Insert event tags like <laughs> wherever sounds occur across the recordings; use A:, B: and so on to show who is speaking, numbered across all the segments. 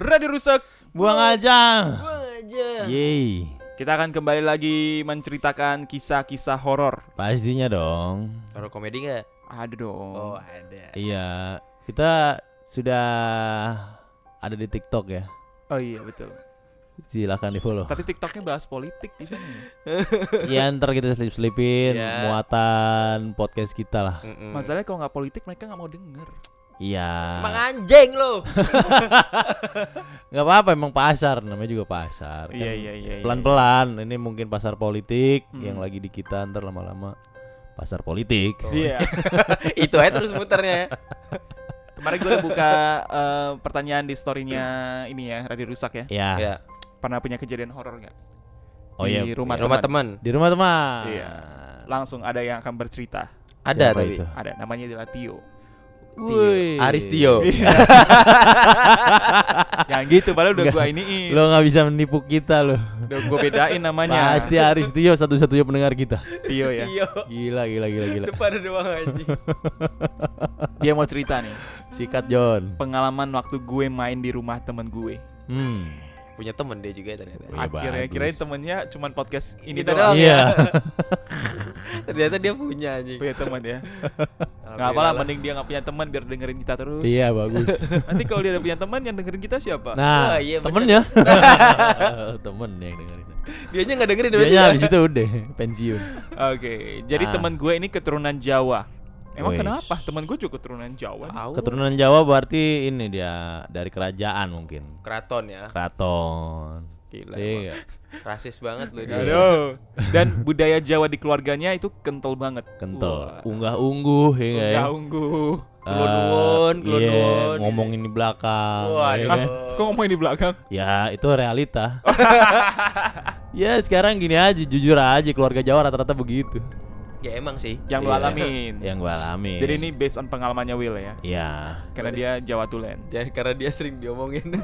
A: Radio rusak.
B: Buang aja. Yeay.
A: Kita akan kembali lagi menceritakan kisah-kisah horor.
B: Pastinya dong.
C: Taruh komedi nggak?
A: Ada dong.
C: Oh ada.
B: Iya, kita sudah ada di TikTok ya.
A: Oh iya betul.
B: Silakan di follow.
A: Tapi TikToknya bahas politik di sini.
B: Iya, ntar kita selip selipin
C: Iya.
B: muatan podcast kita lah.
C: Mm-mm.
A: Masalahnya kalau nggak politik mereka nggak mau denger.
B: Iya.
C: Emang anjing lo.
B: nggak apa-apa, emang pasar namanya juga pasar. kan.
A: iya.
B: Pelan-pelan. Ini mungkin pasar politik
A: Hmm.
B: yang lagi di kita ntar lama-lama pasar politik.
A: Iya.
C: Itu aja terus muternya.
A: Kemarin gue udah buka eh, pertanyaan di storynya ini ya Radio Rusak ya.
B: Ya.
C: Ya.
A: Pernah punya kejadian horor nggak?
B: Oh iya.
A: Di rumah,
C: Rumah
A: teman.
C: teman.
B: Di rumah teman.
A: Iya. Langsung ada yang akan bercerita.
C: Ada
B: Siapa
C: tapi.
B: itu?
A: Ada namanya adalah Tio.
B: Wih.
A: Iya.
C: Aris Tio.
A: Jangan gitu, padahal udah
B: Nggak.
A: gue iniin.
B: Lo nggak bisa menipu kita lo.
A: Udah gue bedain namanya. <laughs>
B: Pasti Aris Tio satu-satunya pendengar kita.
A: Tio ya.
B: Gila, gila, gila, gila.
C: Iya. Depan doang anjing.
A: Dia mau cerita nih
B: Sikat John.
A: pengalaman waktu gue main di rumah temen gue.
B: Hmm.
C: Punya temen dia juga ternyata. <laughs>
B: Wih,
A: Akhirnya
B: bagus.
A: kirain temennya cuman podcast ini
C: Gitu
A: doang.
C: doang.
B: Iya.
C: Ternyata dia punya anjing.
A: Punya temen ya. Gak apa lah, mending dia gak punya teman biar dengerin kita terus. <laughs>
B: Iya bagus.
A: Nanti kalau dia ada punya teman yang dengerin kita siapa?
B: Nah,
C: Wah, iya, bener.
B: temennya. <laughs> Temen yang dengerin.
C: Dianya enggak dengerin berarti
B: Dianya
C: ya?
B: habis itu udah pensiun.
A: Oke, jadi
B: Ah.
A: teman gue ini keturunan Jawa. Emang
B: Wih.
A: kenapa? Teman gue juga keturunan Jawa. nih.
C: Tahu.
B: Keturunan Jawa berarti ini dia dari kerajaan mungkin.
C: <laughs> keraton ya.
B: Keraton.
C: Gila. emang.
B: Iya,
C: Rasis
A: Iya.
C: banget lu dia.
A: Aduh. Dan budaya Jawa di keluarganya itu kental banget.
B: kental.
A: Wah.
B: Unggah ungguh ya nggak ya.
A: Unggah ungguh.
B: Eh,
C: Kelunuun,
B: iya,
C: kelunuun.
B: ngomongin di belakang. ya
C: Waduh.
B: kan?
A: Ah, Kok ngomongin di belakang?
B: Ya itu
C: <laughs>
B: realita Ya sekarang gini aja Jujur aja keluarga Jawa rata-rata begitu
C: Ya emang sih.
A: Yang lu
B: Iya.
A: alamin.
B: Yang gue alami
A: Jadi ini based on pengalamannya Will ya.
B: <laughs> Ya
A: Karena dia Jawa Tulen.
C: Jangan Ya, karena dia sering diomongin.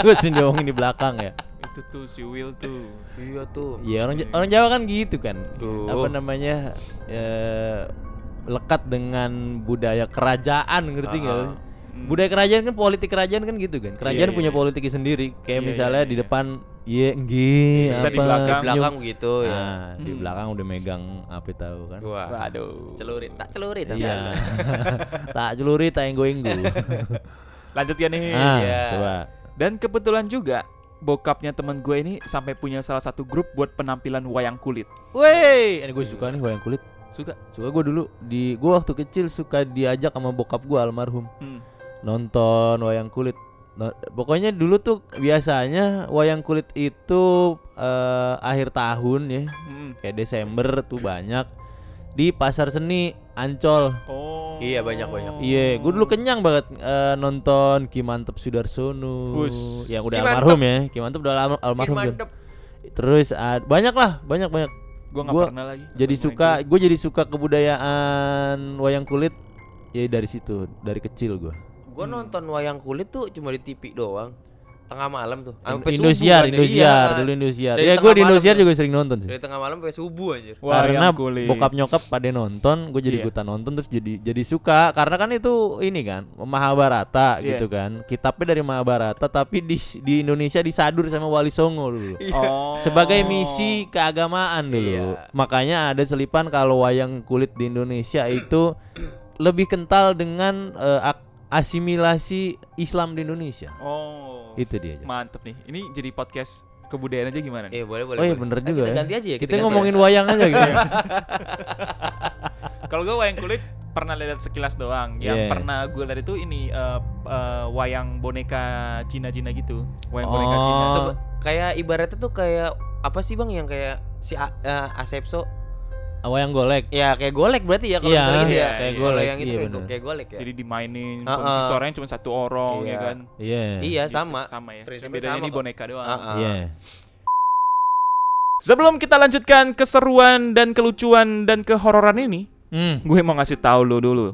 B: Gue sering diomongin di belakang ya
A: Itu tuh si Will tuh.
C: iya tuh.
B: Ya orang, Ja- orang Jawa kan gitu kan
C: Duh.
B: Apa namanya eh, Lekat dengan budaya kerajaan ngerti nggak
C: Ah.
B: lo? Budaya kerajaan kan politik kerajaan kan gitu kan Kerajaan
A: Hmm. Iya,
B: punya
A: iya.
B: politiknya sendiri Kayak
A: Iya,
B: misalnya
A: iya,
B: di
A: iya.
B: depan Iya nggih,
A: Kita di
B: apa,
A: belakang.
C: Di
B: senyum.
C: belakang gitu ya.
B: Nah, di
A: Hmm.
B: belakang udah megang apa tahu kan
C: Wah.
A: Waduh.
C: Celurit, tak celurit. tak
B: Iya.
C: celurit.
B: <laughs> tak celuri tak enggo
A: <laughs>
B: enggo.
A: Lanjut ya nih.
B: ah,
C: Iya.
B: coba.
A: Dan kebetulan juga bokapnya teman gue ini sampai punya salah satu grup buat penampilan wayang kulit.
B: Woi, ini gue suka nih wayang kulit.
A: Suka.
B: Suka gue dulu di gue waktu kecil suka diajak sama bokap gue almarhum
A: Hmm.
B: nonton wayang kulit. No- pokoknya dulu tuh biasanya wayang kulit itu eh, akhir tahun ya,
A: Hmm.
B: kayak Desember tuh banyak di pasar seni Ancol.
A: Oh.
C: Iya, banyak-banyak.
B: Iya, gue dulu kenyang banget eh, nonton Ki Mantep Sudarsono
A: Wus.
B: yang udah
C: Ki
B: almarhum ya, Ki Mantep udah alam- almarhum. Jon.
C: Mantep.
B: Terus ad- banyak lah, banyak banyak.
A: Gue nggak
B: Gua
A: pernah lagi.
B: Jadi
A: nonton wayang
B: suka,
A: kulit.
B: gue jadi suka kebudayaan wayang kulit ya dari situ, dari kecil gue.
C: Gua nonton wayang kulit tuh cuma di TV doang. Tengah malam tuh. Sampai subuh
B: Indosiar,
C: kan ya.
B: Indosiar,
C: Iya.
B: dulu Indosiar.
C: Dari
B: Ya gue di
C: tengah malam
B: Indosiar
C: tuh.
B: juga sering nonton sih.
C: Dari tengah malam sampai subuh anjir.
B: Karena
A: Wayang kulit.
B: bokap nyokap pada nonton, gue jadi
A: Iya.
B: ikutan nonton terus jadi jadi suka karena kan itu ini kan Mahabharata
A: Iya.
B: gitu kan. Kitabnya dari Mahabharata tapi di di Indonesia disadur sama Wali Songo dulu.
A: Oh.
B: <laughs> sebagai misi keagamaan dulu.
C: Iya.
B: Makanya ada selipan kalau wayang kulit di Indonesia itu lebih kental dengan eh, ak- asimilasi Islam di Indonesia.
A: Oh.
B: Itu dia. Jon.
A: Mantep nih. Ini jadi podcast kebudayaan aja gimana nih?
C: Eh boleh boleh.
B: Oh iya
C: boleh.
B: bener
C: Eh,
B: juga
C: kita
B: ya.
C: ganti aja ya.
B: Kita, ngomongin wayang aja gitu. ya.
C: <laughs> Iya.
A: Kalau gue wayang kulit pernah lihat sekilas doang.
B: Iya.
A: Yang pernah gue lihat itu ini eh, p- eh, wayang boneka Cina-Cina gitu. Wayang boneka
B: Oh.
A: Cina.
C: Sebe- kayak ibaratnya tuh kayak apa sih Bang yang kayak si A- eh, Asepso
B: wayang golek.
C: Ya kayak golek berarti ya kalau
B: Iya,
C: misalnya gitu
A: iya,
C: ya.
A: kayak
C: Kalau
B: golek,
C: yang itu
B: iya
C: kayak,
B: bener.
C: kayak golek ya.
A: Jadi dimainin
C: Ah,
A: pengisi
C: ah.
A: suaranya cuma satu orang ya
C: Iya.
A: kan.
B: Iya.
C: iya
A: Gitu,
C: sama.
A: Sama ya.
C: Prinsipnya
A: Bedanya
C: sama
A: ini
C: kok.
A: boneka doang.
C: Ah, ah.
B: Iya.
A: Sebelum kita lanjutkan keseruan dan kelucuan dan kehororan ini,
B: Hmm.
A: gue mau ngasih tahu lo dulu.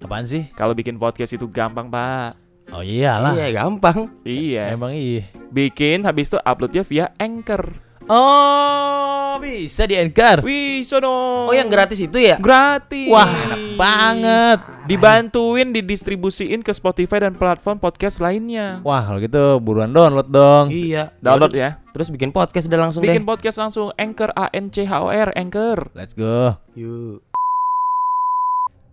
B: Apaan sih?
A: Kalau bikin podcast itu gampang, Pak.
B: Oh iyalah.
C: Iya gampang.
A: Iya.
B: Emang iya.
A: Bikin habis itu uploadnya via Anchor.
B: Oh, bisa di anchor.
A: Wih, sono.
C: Oh yang gratis itu ya?
A: gratis.
B: Wah, enak banget.
A: Dibantuin didistribusiin ke Spotify dan platform podcast lainnya.
B: Wah, kalau gitu buruan download dong.
C: Iya.
A: Download
C: Baru-
A: ya.
C: Terus bikin podcast udah langsung
A: Bikin
C: deh.
A: podcast langsung Anchor A N C H O R Anchor.
B: Let's go.
C: Yuk.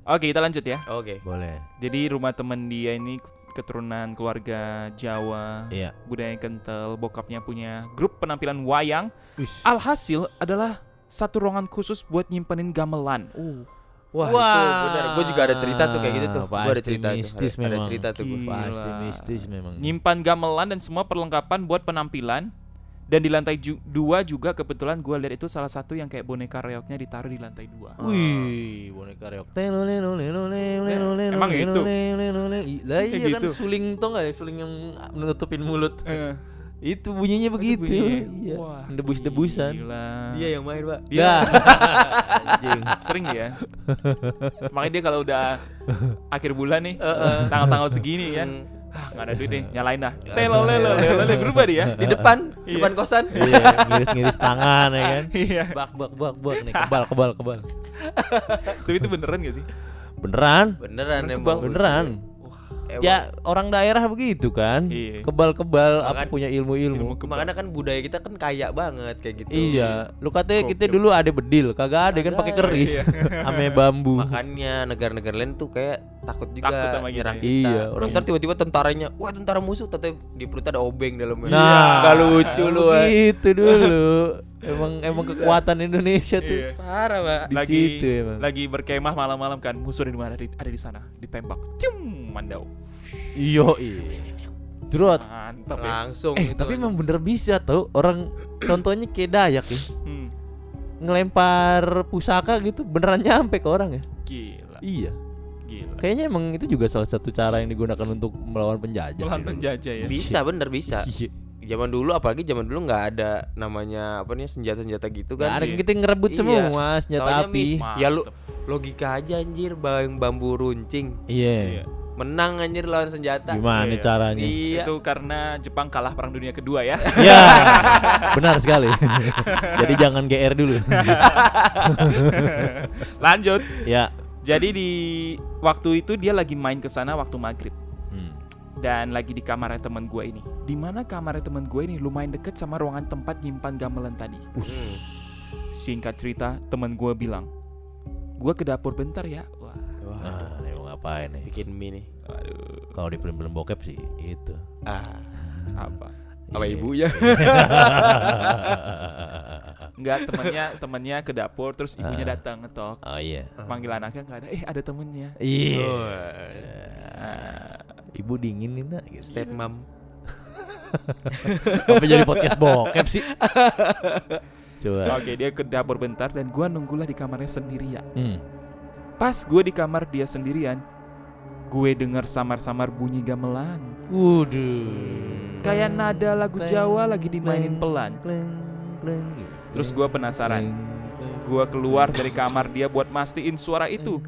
A: Oke, kita lanjut ya.
C: Oke.
B: Boleh.
A: Jadi rumah temen dia ini keturunan keluarga Jawa,
B: Iya.
A: budaya kental, bokapnya punya grup penampilan wayang.
B: Wih.
A: Alhasil adalah satu ruangan khusus buat nyimpenin gamelan.
C: Wah, itu
B: Wah.
C: benar. Gue juga ada cerita tuh kayak gitu tuh. Gue ada
B: Pasti
C: cerita tuh.
B: mistis
C: Ada, ada
B: memang.
C: cerita tuh. gua.
A: Gila.
B: Pasti mistis memang.
A: Nyimpan gamelan dan semua perlengkapan buat penampilan. Dan di lantai ju- dua juga kebetulan gua lihat itu salah satu yang kayak boneka reoknya ditaruh di lantai dua.
B: Wih, boneka reok.
A: Emang gitu?
B: Lah iya
A: Kayak
B: kan
A: gitu.
B: suling tuh nggak ada suling yang menutupin mulut.
A: Eh,
B: Itu bunyinya begitu.
A: bunyinya.
B: Iya.
A: Wah, Iya,
B: Debus-debusan.
A: gila.
B: Dia yang main, Pak.
A: Dia-
B: Dia.
A: sering ya. Makanya dia kalau udah akhir bulan nih, tanggal-tanggal segini kan,
C: Hmm.
A: ah nggak ada duit nih, nyalain dah. Lelo lelo lelo lelo berubah dia.
C: Di depan, depan kosan.
B: Iya, ngiris-ngiris tangan ya kan.
A: Iya.
B: Bak bak bak bak nih kebal kebal kebal.
A: Tapi itu beneran gak sih?
B: Beneran?
C: Beneran
A: Bener
C: emang.
A: kebal.
B: Beneran.
C: Emang.
B: Ya orang daerah begitu kan.
A: Iya.
B: Kebal-kebal apa
C: Makan-
B: punya
A: Ilmu
B: ilmu-ilmu.
A: kebal.
C: Makanya kan budaya kita kan kaya banget kayak gitu.
B: Iya, lu katanya kita
A: Gokil.
B: dulu ada bedil, kagak ada kan
C: Kagak
B: pakai
C: ada,
B: keris,
A: iya.
B: ame bambu.
C: Makanya negara-negara lain tuh kayak takut juga
A: Takut sama gitu
C: nyerang
A: ya.
C: kita.
B: Iya, orang-
C: orang ntar tiba-tiba tentaranya, wah tentara musuh, tapi di perutnya ada obeng
B: Nah,
C: dalamnya.
B: Iya.
C: gak lucu lu. eh.
B: Itu dulu. <laughs> emang emang kekuatan Indonesia tuh
C: Parah, Pak.
B: di
A: lagi
B: situ emang.
A: lagi berkemah malam-malam kan musuh di mana ada, di- ada di sana ditembak cium mandau
B: Iyo, Drot.
A: mantap ya
C: Langsung
B: Eh,
C: gitu
B: tapi
C: kan.
B: emang bener bisa tau orang contohnya kayak Dayak ya.
A: Hmm,
B: Ngelempar pusaka gitu beneran nyampe ke orang ya.
A: gila
B: Iya.
A: gila
B: Kayaknya emang itu juga salah satu cara yang digunakan untuk melawan penjajah.
A: Pelan
B: dulu.
A: penjajah ya
C: bisa bener bisa.
B: Iya.
C: Zaman dulu apalagi zaman dulu nggak ada namanya apa nih senjata-senjata gitu
B: Gak
C: kan.
B: ada kita ngerebut
C: Iya.
B: semua senjata
C: Taunya
B: api.
C: miss. Ya lu logika aja anjir bang bambu runcing.
B: Iya.
A: Iya.
C: Menang anjir lawan senjata.
B: Gimana
A: Iya.
B: caranya?
C: Iya.
A: itu karena Jepang kalah perang dunia kedua ya
B: Ya, benar sekali. Jadi jangan GR dulu.
A: lanjut
B: ya.
A: jadi di waktu itu dia lagi main ke sana waktu maghrib
B: Hmm.
A: dan lagi di kamarnya teman gue ini dimana kamarnya teman gue ini lumayan deket sama ruangan tempat nyimpan gamelan tadi
C: Hmm.
A: singkat cerita teman gue bilang gue ke dapur bentar ya wah
C: Wah,
B: Nah, ini mau ngapain nih?
C: bikin mie nih.
A: aduh
B: Kalau di film-film bokep sih itu.
C: Ah,
A: apa
C: sama
B: Iya.
C: ibunya.
A: Enggak, temannya temannya ke dapur terus ibunya
B: Ah.
A: datang ngetok.
B: oh iya.
A: Manggil anaknya enggak ada. Eh, ada temennya.
B: Iya.
A: Ah,
B: Ibu dingin nih nak. gitu.
C: Step mom.
B: Apa jadi podcast bokep sih? Coba.
A: Oke, dia ke dapur bentar dan gua nunggulah di kamarnya sendirian.
B: Hmm.
A: Pas gua di kamar dia sendirian, gue dengar samar-samar bunyi gamelan.
B: Waduh.
A: Kayak nada lagu Jawa lagi dimainin pelan.
B: Kleng, kleng, gitu.
A: Terus gua penasaran. Gua keluar dari kamar dia buat mastiin suara itu.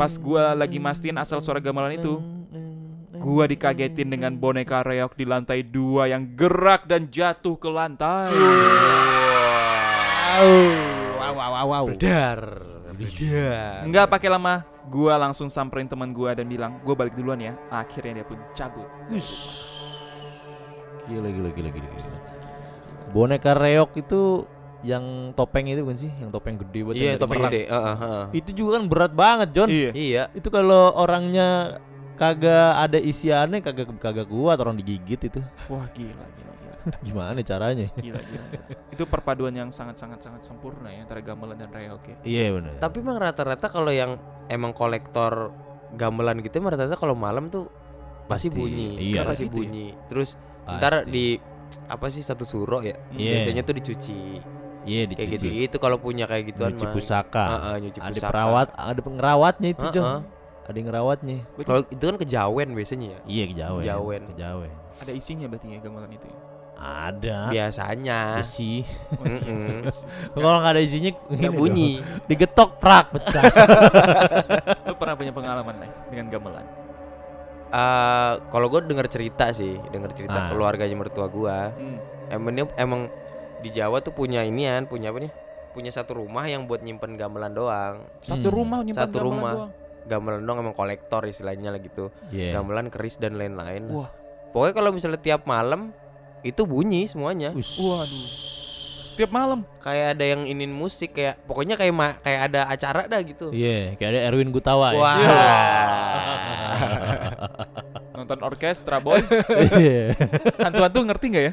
A: Pas gua lagi mastiin asal suara gamelan itu, Gua dikagetin dengan boneka reok di lantai dua yang gerak dan jatuh ke lantai.
B: Wow, wow, wow, wow.
C: Bedar. Bedar.
A: Nggak pakai lama, gua langsung samperin teman gua dan bilang, "Gua balik duluan ya." Akhirnya dia pun cabut.
B: Gila, gila, gila, gila, gila. Boneka reok itu yang topeng itu bukan sih? Yang topeng gede buat yang
C: Iya,
B: dari
C: topeng
B: perang.
C: gede. Heeh, heeh.
B: Itu juga kan berat banget, John.
A: Iya.
C: Iya.
B: Itu kalau orangnya kagak ada isiannya kagak kagak kuat orang digigit itu. <laughs>
A: Wah, gila, gila, gila.
B: Gimana caranya?
A: Gila, <laughs> gila, gila. Itu perpaduan yang sangat-sangat sangat sempurna ya antara gamelan dan reok ya.
B: Iya benar.
C: Tapi emang rata-rata kalau yang emang kolektor gamelan gitu emang rata-rata kalau malam tuh pasti
B: Pasti.
C: bunyi. Kan
B: Iya.
C: pasti
A: Kenapa gitu
C: bunyi. Terus ntar di apa sih satu suro ya?
A: Hmm.
B: Iya.
C: Biasanya tuh dicuci.
B: Iya
C: kayak
B: dicuci.
C: gitu gitu kalau punya kayak gituan
B: Nyuci
C: mah.
B: pusaka.
C: Heeh, nyuci
B: ada
C: pusaka.
B: perawat, ada pengerawatnya itu,
C: Heeh.
B: Jon. Ada yang ngerawatnya.
C: Kalau itu kan kejawen biasanya ya.
B: Iya, kejawen.
C: Kejawen.
B: Kejawen.
A: Ada isinya berarti ya gamelan itu. ya?
B: Ada.
C: Biasanya.
B: Besi. <laughs>
C: Heeh.
A: Iya. <laughs>
B: Kalau nggak ada isinya
C: Enggak
B: ini
C: bunyi.
B: dong. Digetok prak <laughs> pecah.
A: Lu pernah punya pengalaman nih dengan gamelan?
C: Eh, kalau gue denger cerita sih, denger
B: Ah.
C: cerita keluarganya mertua gua.
A: Hmm.
C: Emang dia- emang di Jawa tuh punya inian, punya apa nih? Punya satu rumah yang buat nyimpen gamelan doang.
A: Satu
B: Hmm.
A: rumah nyimpan
C: Satu
A: gamelan
C: rumah.
A: doang.
C: Gamelan doang emang kolektor istilahnya lah gitu.
B: Iya.
C: Gamelan, keris dan lain-lain. lah.
A: Wah.
C: Pokoknya kalau misalnya tiap malam itu bunyi semuanya.
B: Us.
A: Waduh. Tiap malam.
C: Kayak ada yang inin musik kayak pokoknya kayak ma- kayak ada acara dah gitu.
B: Iya, kayak ada Erwin Gutawa
C: Wah.
B: <laughs> ya.
A: Nonton orkestra <laughs> boy.
B: Iya.
A: Hantu-hantu ngerti nggak ya?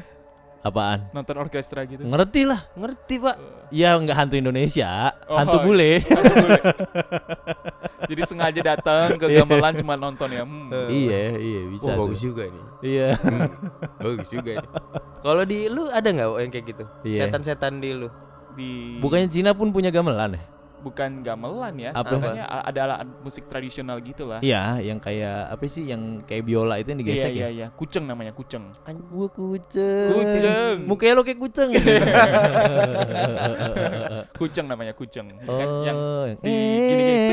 B: Apaan?
A: Nonton orkestra gitu.
B: Ngerti lah.
C: Ngerti, Pak?
B: Ya nggak hantu Indonesia,
A: Oh,
B: hantu bule.
A: Hantu <laughs> bule. Jadi sengaja datang ke gamelan cuma nonton ya. Hmm.
B: iya, iya bisa.
C: Wah,
B: tuh.
C: bagus juga nih.
B: Iya.
C: bagus juga nih. Kalau di lu ada nggak yang kayak gitu?
B: Iya.
C: Setan-setan di lu.
A: Di
B: Bukannya Cina pun punya gamelan ya?
A: bukan gamelan ya,
B: Apa?
A: sebenarnya a- ada alat musik tradisional gitu lah.
B: Iya, yang kayak apa sih yang kayak biola itu yang
A: Iya
B: digesek
A: iya
B: ya?
A: iya, kuceng namanya, kuceng.
B: Gua kuceng.
A: Kuceng.
B: Mukanya lo kayak
A: <laughs>
B: kuceng. <laughs>
A: Kuceng namanya, kuceng. Yang,
B: oh,
A: Kan yang-
B: yang-
A: di gini-gini.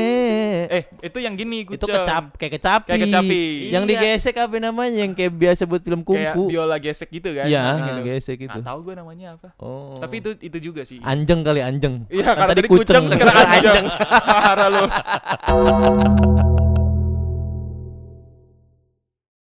B: Eh,
A: eh, itu yang gini
B: itu
A: kuceng.
B: kecap kayak kecapi.
A: Kayak kecapi.
B: Yang
C: Iya.
B: digesek apa namanya? Yang kayak biasa buat film
A: Kayak
B: kungfu.
A: biola gesek gitu kan.
B: Iya,
A: namanya gitu.
B: gesek
A: Nggak
B: itu.
A: tahu gue namanya apa.
B: Oh.
A: Tapi itu itu juga sih.
B: anjeng kali anjeng.
A: Iya,
B: Kan
A: <laughs> karena tadi kuceng sekarang anjing. Parah lu.